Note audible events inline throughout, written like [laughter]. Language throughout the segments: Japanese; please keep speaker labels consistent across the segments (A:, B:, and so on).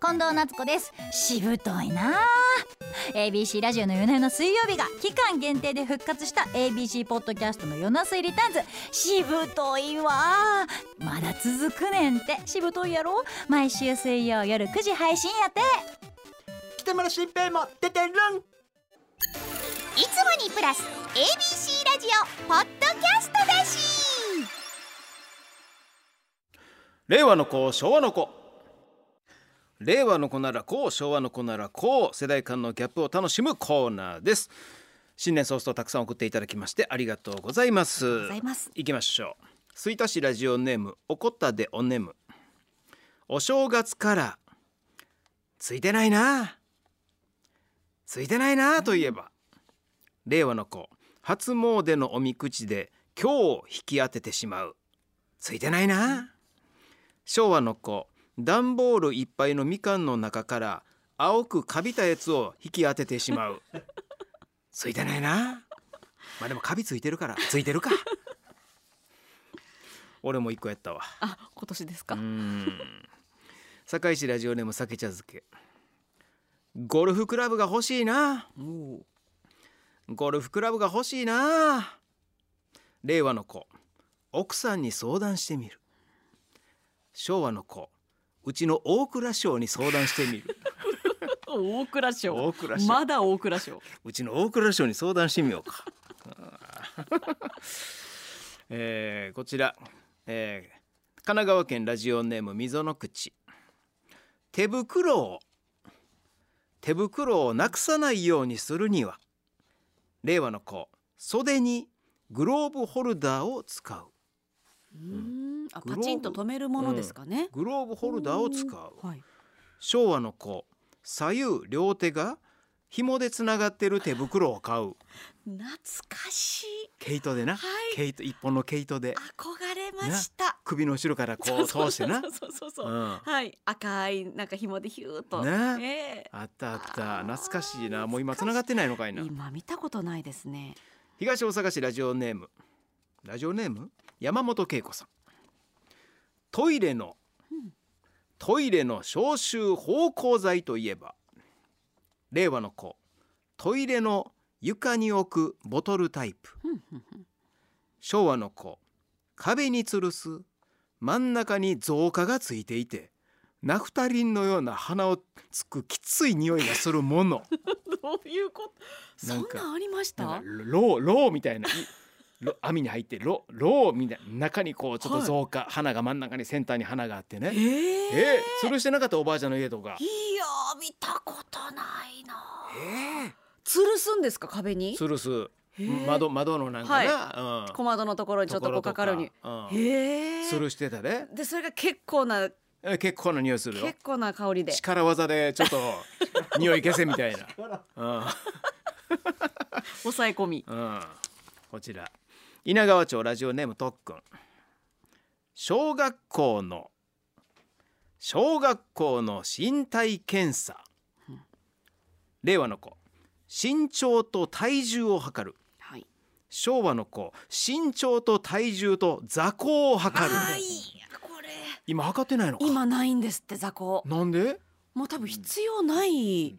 A: 近藤夏子ですしぶといなあ ABC ラジオの夜な夜な水曜日が期間限定で復活した ABC ポッドキャストの夜な水リターンズしぶといわまだ続くねんてしぶといやろ毎週水曜夜9時配信やて
B: 北村新平も出てるん
C: いつもにプラス ABC ラジオポッドキャストだし
D: 令和の子昭和の子令和の子ならこう昭和の子ならこう世代間のギャップを楽しむコーナーです新年早々たくさん送っていただきましてありがとうございます
A: ございます
D: 行きましょう吹田市ラジオネームおこったでおねむお正月からついてないなついてないなといえば令和の子初詣のおみくじで今日を引き当ててしまうついてないな昭和の子段ボールいっぱいのみかんの中から青くかびたやつを引き当ててし
E: [laughs]
D: まうついてないなまあでもカビついてるからついて
E: [laughs]
D: るか俺も一個やったわ
E: あ今年です
D: う
E: か、
D: ーん堺市ラジオネーム酒茶漬けゴルフクラブが欲しいなゴルフクラブが欲しいな令和の子奥さんに相談してみる昭和の子うちの大蔵省に相談してみ
E: [laughs]
D: る
E: 大蔵省
D: 大蔵省
E: まだ大蔵省
D: うちの大蔵省に相談してみようか [laughs] えーこちら、えー神奈川県ラジオネーム溝の口手袋を手袋をなくさないようにするには令和の子袖にグローブホルダーを使う
E: うーんあ
D: グロー
E: パ
D: ブ
E: チンと止めるものですかね、
D: グローブホルダーを使う
E: はい
D: 昭和の子左右両手が紐でつながってる手袋を買う
E: 懐かしい
D: 毛糸でな、
E: はい
D: 毛糸一本の毛糸で
E: 憧れました
D: 首の後ろからこう通してな
E: そうそうそうそう、
D: うん
E: はい赤いなんか紐でヒューっと
D: ね
E: え
D: あったあった
E: あー
D: 懐かしいなもう今
E: 懐か
D: 繋
E: しい
D: がってないのかい
E: え
D: な
E: 今見たことないですね
D: 東大阪市ラジオネームラジオネーム山本恵子さんトイレの、トイレの消臭芳香剤といえば令和の子トイレの床に置くボトルタイプ
E: ふんふんふん
D: 昭和の子壁に吊るす真ん中に造花がついていてナフタリンのような鼻をつくきつい匂いがするもの
E: [laughs] どういうことそ
D: なんんか
E: なんありまし
D: なんか
E: た
D: ローローみたいないロ網に入ってロローみたいな中にこうちょっと造花、花が真ん中に先端に花があって
E: え
D: ね
E: ー、
D: ええ吊るしてなかったおばあちゃんの家とか
E: いやー見たことないな
D: え
E: 吊るすんですか壁
D: え
E: に
D: 吊るす
E: へー
D: 窓窓のなんかな、うん
E: 小窓のところにちょっとこうかかるに
D: ところとかうん
E: へえ
D: 吊るしてたね
E: でそれが結構な
D: え結構な匂いするよ
E: 結構な香りで
D: 力技でちょっと匂い消せみたい
E: [laughs]
D: な、
E: 抑え込み
D: うんうん、こちら稲川町ラジオネームとっくん小学校の小学校の身体検査令和の子身長と体重を測る
E: はい
D: 昭和の子身長と体重と座高を測る
E: はいこれ
D: 今測ってないのか
E: 今ないんですって雑魚
D: なんで、
E: もう多分必要ない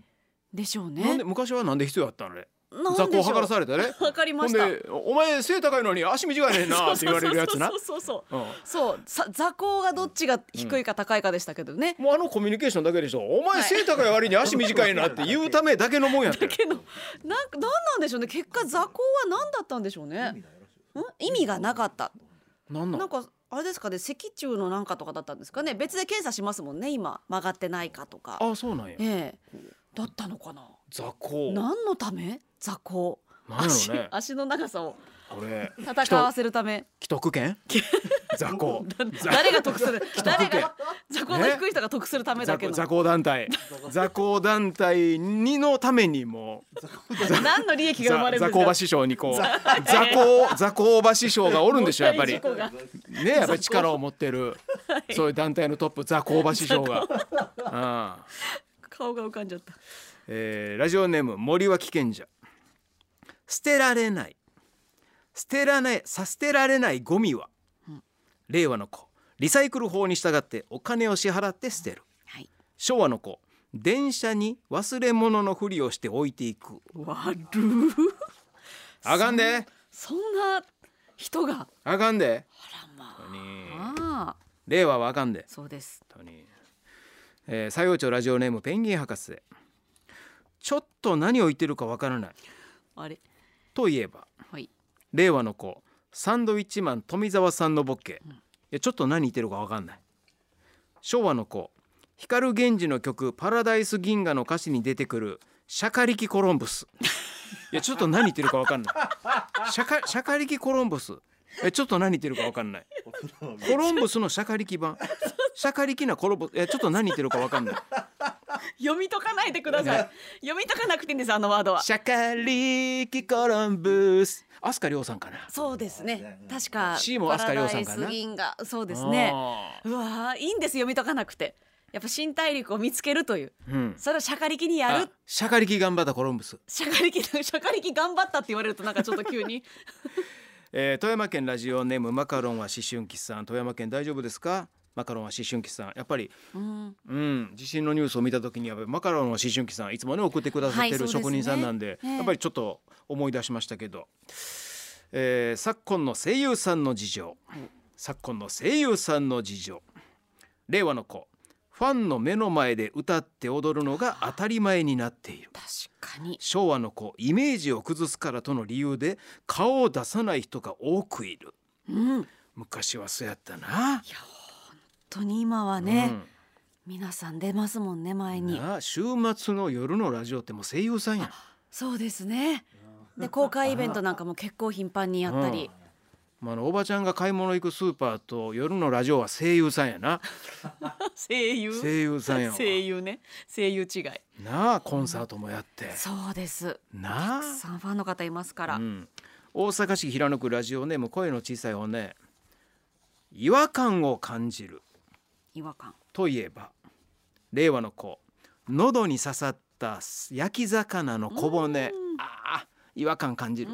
E: でしょう
D: な
E: ね
D: んで昔はなんで必要だったのね
E: なん
D: 座
E: で
D: 高
E: しょ
D: 測ら
E: う
D: された
E: [laughs]
D: ね
E: 測り
D: ほ
E: ま
D: ん
E: した
D: でお前背高いのに足短いねんなって言われるやつな
E: そうそうそうそう
D: うん
E: そうさ座高がどっちが低いか高いかでしたけどね、
D: もうあのコミュニケーションだけでしょお前背高い割に足短いなって言うためだけのもんやって
E: だけどなんかなんなんでしょうね結果座高は何だったんでしょうねん意味がなかった
D: なんな
E: なんんかあれですかね脊柱のなんかとかだったんですかね別で検査しますもんね今曲がってないかとか
D: あそうなんや
E: ええだったのかな
D: 座高なん
E: 何のため座高
D: や
E: 足,、
D: ろね
E: 足の長さを
D: これ
E: 戦わせるため
D: 既得権座高
E: 誰が得
D: [laughs]
E: する誰が座高の低い人が得するためだ
D: 座
E: け
D: 高
E: の
D: 座高団体座高団体にのためにも
E: 何の利益が生まれるん
D: 座
E: です
D: 高
E: か
D: 馬師匠にこう座高座高馬師匠がおるんでしょやっぱり
E: [laughs] もったいない事故
D: ねやっぱり力を持ってるそういう団体のトップ座高馬師匠が。うん
E: が顔が浮かんじゃった
D: えーラジオネーム森脇賢者捨てられない捨てられないさ捨てられないゴミは、令和の子リサイクル法に従ってお金を支払って捨てる、
E: はい
D: 昭和の子電車に忘れ物のふりをして置いていく
E: 悪る
D: あかんで
E: そんな人が
D: あかんで
E: あらま
D: 本当に
E: ああ
D: 令和はあかんで
E: そうです
D: 本当に、えー、西洋町ラジオネームペンギン博士ちょっと何を言ってるかわからない
E: あれ
D: といえば
E: はい
D: 令和の子サンドウィッチマン富澤さんのボッケ、いやちょっと何言ってるかわかんない昭和の子光源氏の曲「パラダイス銀河」の歌詞に出てくる「シャカリキコロンブス」いやちょっと何言ってるかわかんないシャカシャカリキコロンブスえちょっと何言ってるかわかんないコロンブスのシャカリキ版シャカリキなコロンブスえちょっと何言ってるかわかん
E: [laughs]
D: ない
E: 読み解かないでください読み解かなくていいんですあのワードは
D: シャカリキコロンブス飛鳥涼さんかな
E: そうですね確か
D: C も飛鳥涼さんかな
E: パラダイス銀河そうですね
D: あ
E: うわーいいんです読み解かなくてやっぱ新大陸を見つけるという
D: ーうん
E: それをシャカリキにやる
D: あシャカリキ頑張ったコロンブス
E: シャカ [laughs] リキシャカリキ頑張ったって言われるとなんかちょっと急に
D: えー富山県ラジオネームマカロンは思春期さん富山県大丈夫ですかマカロンは思春期さんやっぱり
E: うん
D: うん地震のニュースを見た時にやっぱりマカロンは思春期さんいつもね送ってくださっ
E: はいそ
D: て
E: うで
D: る
E: すね
D: 職人さんなんで,、
E: ええ
D: やっぱりちょっと思い出しましたけど、えー昨今の声優さんの事情昨今の声優さんの事情令和の子ファンの目の前で歌って踊るのが当たり前になっている
E: 確かに
D: 昭和の子イメージを崩すからとの理由で顔を出さない人が多くいる
E: うん本
D: 昔はそうやったな、
E: 当に今はね、皆さん出ますもんね前
D: うん
E: に
D: なあ週末の夜のラジオってもう声優さんや
E: そうですねで公開イベントなんかも結構頻繁にやったり、
D: まああのおばちゃんが買い物行くスーパーと夜のラジオは声優さんやな
E: 声優
D: 声優さんやわ
E: 声優ね声優違い
D: なあコンサートもやって
E: そうです
D: な
E: たくさんファンの方いますから、
D: あ、うん、大阪市平野区ラジオネーム声の小さいおね違和感を感じる
E: 違和感
D: といえば令和の子喉に刺さった焼き魚の小骨ああ違和感感じる、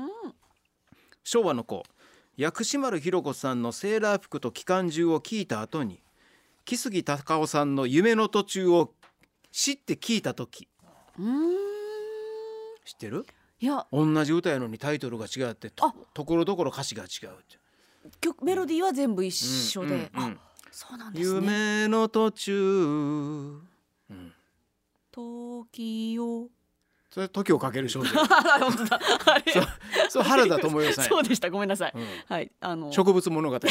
D: 昭和の子薬師丸ひろ子さんのセーラー服と機関銃を聞いた後に木杉隆夫さんの夢の途中を知って聞いた時
E: うーん
D: 知ってる
E: いや
D: 同じ歌やのにタイトルが違ってと
E: あ
D: ところどころ歌詞が違うって
E: 曲メロディーは全部一緒で、
D: うんうんうん
E: あそうなんですね
D: 夢の途中
E: 時を
D: それ時をかける少女
E: あ本当だあれ
D: そうそう原田智代さんや
E: そうでしたごめんなさい、
D: うん
E: はいあの
D: 植物物語やんか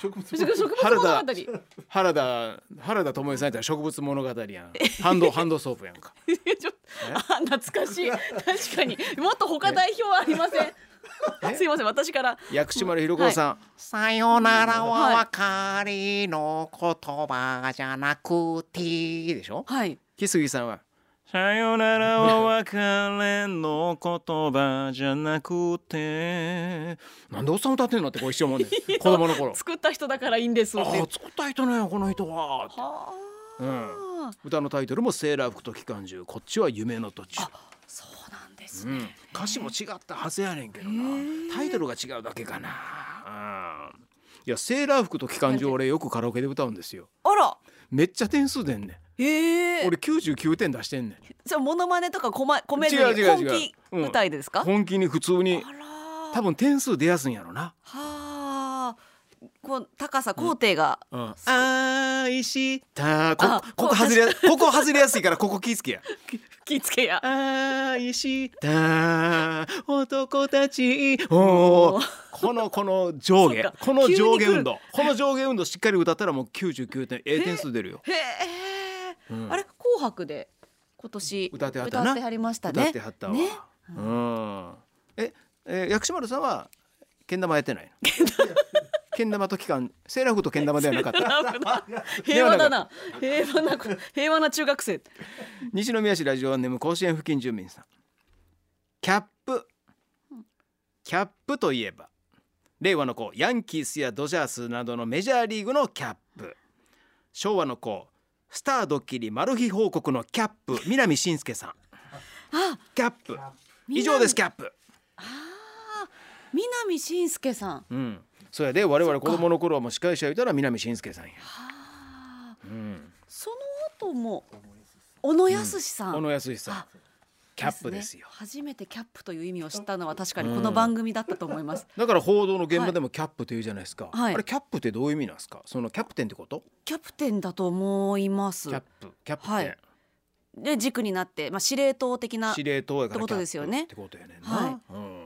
E: 植物
D: 原
E: 物語 [laughs]
D: 田原田原田智代さんやったら植物物語やんハンドハンドソープやんか
E: いやちょっとあ懐かしい確かにもっと他代表はありませんすいません私から
D: 薬師丸ひろ子さん、
F: さよならは別れの言葉じゃなくてでしょ
E: はい
D: 木杉さんはさよならは別れの言葉じゃなくてなんでおっさん歌ってんのってこう一生思うねん子供の頃
E: 作った人だからいいんです
D: あ
E: って
D: あ作った人ねこの人はって
E: あ
D: うん
E: あ
D: 歌のタイトルも「セーラー服と機関銃」こっちは夢の途中、
E: そうなんです
D: う
E: ね、
D: ん、歌詞も違ったはずやねんけどなタイトルが違うだけかな、うん、いやセーラー服と機関銃俺よくカラオケで歌うんですよ
E: あら
D: めっちゃ点数出んね
E: ええ
D: ん俺99点出してんねん
E: じゃあモノマネとかこま込めずに
D: 違う違う
E: 本
D: 違
E: 気
D: ううん
E: 舞台でですか、
D: 本気に普通に
E: あらー
D: 多分点数出やすいんやろな
E: はあこう高さ工程が、
D: うん、愛したこ
E: あ
D: ここ外れやここ外れやすいからここ気ぃつけや
E: 気付けや
D: 愛した男たちお
E: お
D: ーこのこの上下
E: そうか
D: この上下
E: 急に来る
D: 運動この上下運動しっかり歌ったらもう99点 A 点数出るよ
E: へえ、
D: うん
E: あれ紅白で今年
D: 歌ってはったな
E: 歌りましたね
D: 歌ってはったわ、
E: [laughs] ね
D: うんええー薬師丸さんはけん玉やってないの
E: [laughs]
D: けん玉と機関セーラー服とけん玉ではなかった
E: 平和だな平和な [laughs] 平和な中学生
D: 西宮市ラジオネーム甲子園付近住民さんキャップキャップといえば令和の子ヤンキースやドジャースなどのメジャーリーグのキャップ昭和の子スタードッキリマル秘報告のキャップ南信介さんキャップ以上ですキャップ
E: 南信介さん
D: うんそうやで我々子供の頃はもう司会者いたら南信介さんや、うん、
E: そともう小野康さん、
D: 小野安さん
E: あ
D: キャップですよ
E: ね初めてキャップという意味を知ったのは確かにこの番組だったと思い [laughs] ます、
D: だから報道の現場でもキャップというじゃないですか、
E: はい
D: あれキャップってどういう意味なんですかそのキャプテンってこと
E: キャプテンだと思います
D: キャップキャプテン、
E: はいで軸になって、まあ、司令塔的な
D: 司令塔やから
E: ってことですよね
D: キャップってことやねんな、
E: はい
D: うん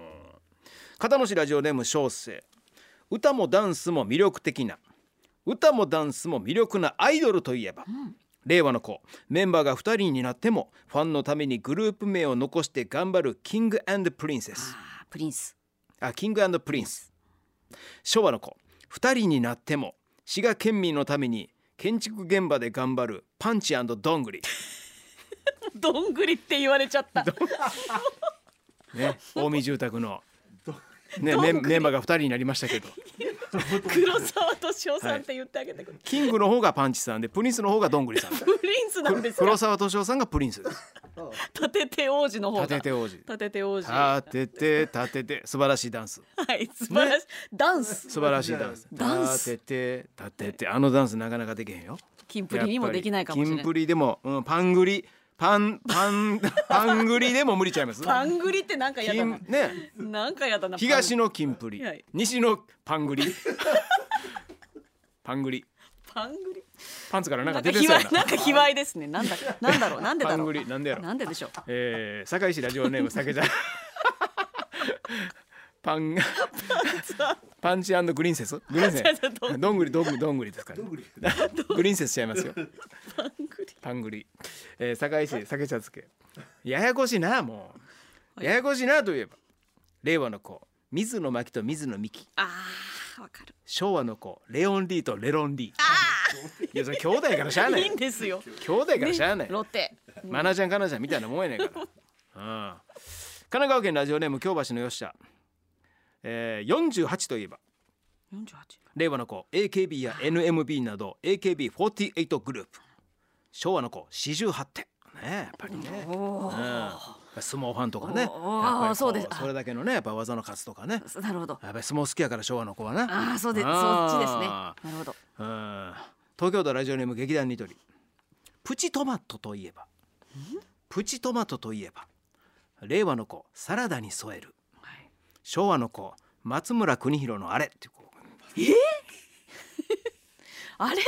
D: 片野市ラジオネーム小生歌もダンスも魅力的な歌もダンスも魅力なアイドルといえば、令和の子メンバーが2人になってもファンのためにグループ名を残して頑張るキングプリンセス
E: あープリンス
D: あキングプリンス昭和の子2人になっても滋賀県民のために建築現場で頑張るパンチどんぐり、
E: [laughs] どんぐりって言われちゃった [laughs]
D: ね、近江住宅の、ね、メンメンバーが2人になりましたけど
E: 黒沢敏夫さんって言ってあげてくれ、
D: キングの方がパンチさんでプリンスの方がどんぐりさんです
E: プリンスなんです
D: 黒
E: よ
D: 沢敏夫さんがプリンスです
E: 立てて王子の方が
D: 立てて王子
E: 立てて王子は
D: 立てて立てて素晴らしいダンス
E: い素晴らしい、ダンス
D: 素晴らしいダンス
E: ダンス
D: 立てて立ててあのダンスなかなかできへんよ
E: キンプリにもできないかもしれ
D: キ
E: な
D: ン
E: い
D: プリでも、うん、パングリパンパン [laughs] パングリでも無理ちゃいます
E: パングリってなんかやだな
D: 金ね
E: なんかやだな
D: 東のキンプリ
E: はい
D: 西のパングリ [laughs] パングリ
E: パングリ
D: パンツからなん
E: な
D: か出
E: んか
D: て
E: 卑
D: そうや
E: 猥
D: な
E: なんか卑猥ですねなんだなんだろうなんでだ
D: パン
E: ろ
D: グ
E: う
D: リなんでやろ
E: なんででしょう
D: えー、堺市ラジオネーム酒じゃパンパンチグリーンセスグリーンセスどんぐりどんぐりどんぐりですから、ね、グリーンセスしちゃいますよパングリえー、堺市酒茶漬けややこしいなもうややこしいなといえば令和の子水野真紀と水野美紀
E: あーわかる
D: 昭和の子レオンリーとレロンリーいやそれ兄弟やからしゃあない
E: いいんですよ
D: 兄弟からしゃあない
E: ロッテ
D: マナちゃんカナちゃんみたいなもんやねん
E: [laughs]
D: から。うん、神奈川県ラジオネーム京橋のよっしゃ、えー、48といえば
E: 48
D: 令和の子 AKB や NMB など AKB48 グループ昭和の子48点ねやっぱりね、うん、相撲ファンとかねやっ
E: おー
D: ぱりこ
E: そうですあ
D: それだけのねやっぱ技の数とかね
E: そうなるほど
D: やっぱり相撲好きやから昭和の子はな
E: ああそうですそ
D: あ
E: っ
D: ー
E: ちですねなるほど
D: うん東京都ラジオネーム劇団ニトリプチトマトといえばプチトマトといえば令和の子サラダに添える、
E: い
D: 昭和の子松村邦弘のあれっていう子
E: あれ
D: い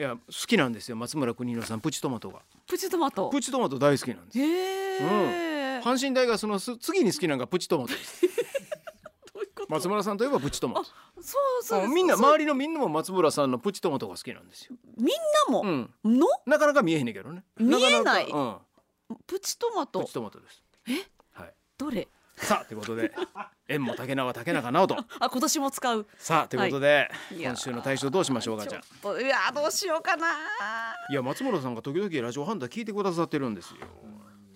D: や好きなんですよ松村邦弘さんプチトマトが
E: プチトマト
D: プチトマト大好きなんです
E: へえ、
D: 阪神大学そのす次に好きなのがプチトマトです
E: [laughs] どういうこと
D: 松村さんといえばプチトマト
E: そうそ
D: も
E: うで
D: う
E: す
D: みんな
E: そう
D: 周りのみんなも松村さんのプチトマトが好きなんですよ、
E: みんなも、
D: うん、
E: の
D: なかなか見えへんねんけどね
E: 見えない
D: かかうん
E: プチトマ
D: プ
E: ト
D: チトマトです。えはい。
E: どれ
D: さあということで [laughs] 縁も竹縄竹中直人
E: [laughs] あ今年も使う
D: さあということで、
E: いいやー
D: 今週の大賞どうしましょうかちゃん
E: ちょっといやーどうしようかない
D: や松村さんが時々ラジオハンダ聞いてくださってるんですよ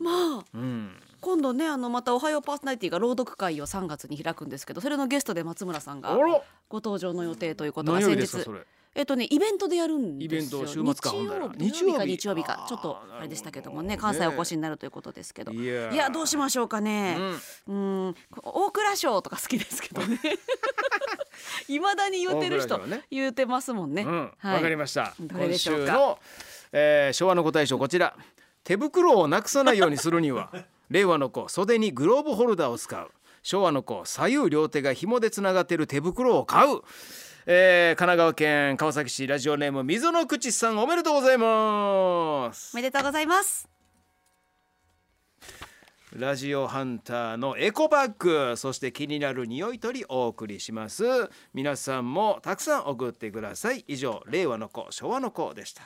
E: まあ
D: うん
E: 今度ねあのまた「おはようパーソナリティ」が朗読会を3月に開くんですけどそれのゲストで松村さん
D: あ
E: が
D: ら
E: ご登場の予定ということが
D: 何曜
E: 先
D: 日ですか
E: 日
D: それ
E: えっとねイベントでやるん
D: イ
E: で
D: ベン
E: すよ
D: ト週末かほんなら
E: 日曜日
D: 日
E: か
D: 曜日
E: 日曜日
D: あ
E: か
D: ー
E: ちょっとあれでしたけどもね
D: なるほ
E: 関
D: どね
E: 西お越しになるということですけど
D: いやー
E: いやどうしましょうかねうん大蔵省とか好きですけ
D: [laughs]
E: どねいまだに言ってる
D: 大
E: 人
D: 蔵省ね
E: 言ってますもんね
D: うんわ、
E: はい
D: かりました
E: どれ
D: 今
E: でしょ
D: 週
E: うか
D: の、えー、昭和のご大賞こちら手袋をなくさないようにするに
E: [laughs]
D: は令和の子袖にグローブホルダーを使う昭和の子左右両手が紐でつながっている手袋を買う、えー、神奈川県川崎市ラジオネーム溝の口さんおめでとうございます
E: おめでとうございます
D: ラジオハンターのエコバッグそして気になる匂い取りお送りします皆さんもたくさん送ってください以上令和の子昭和の子でした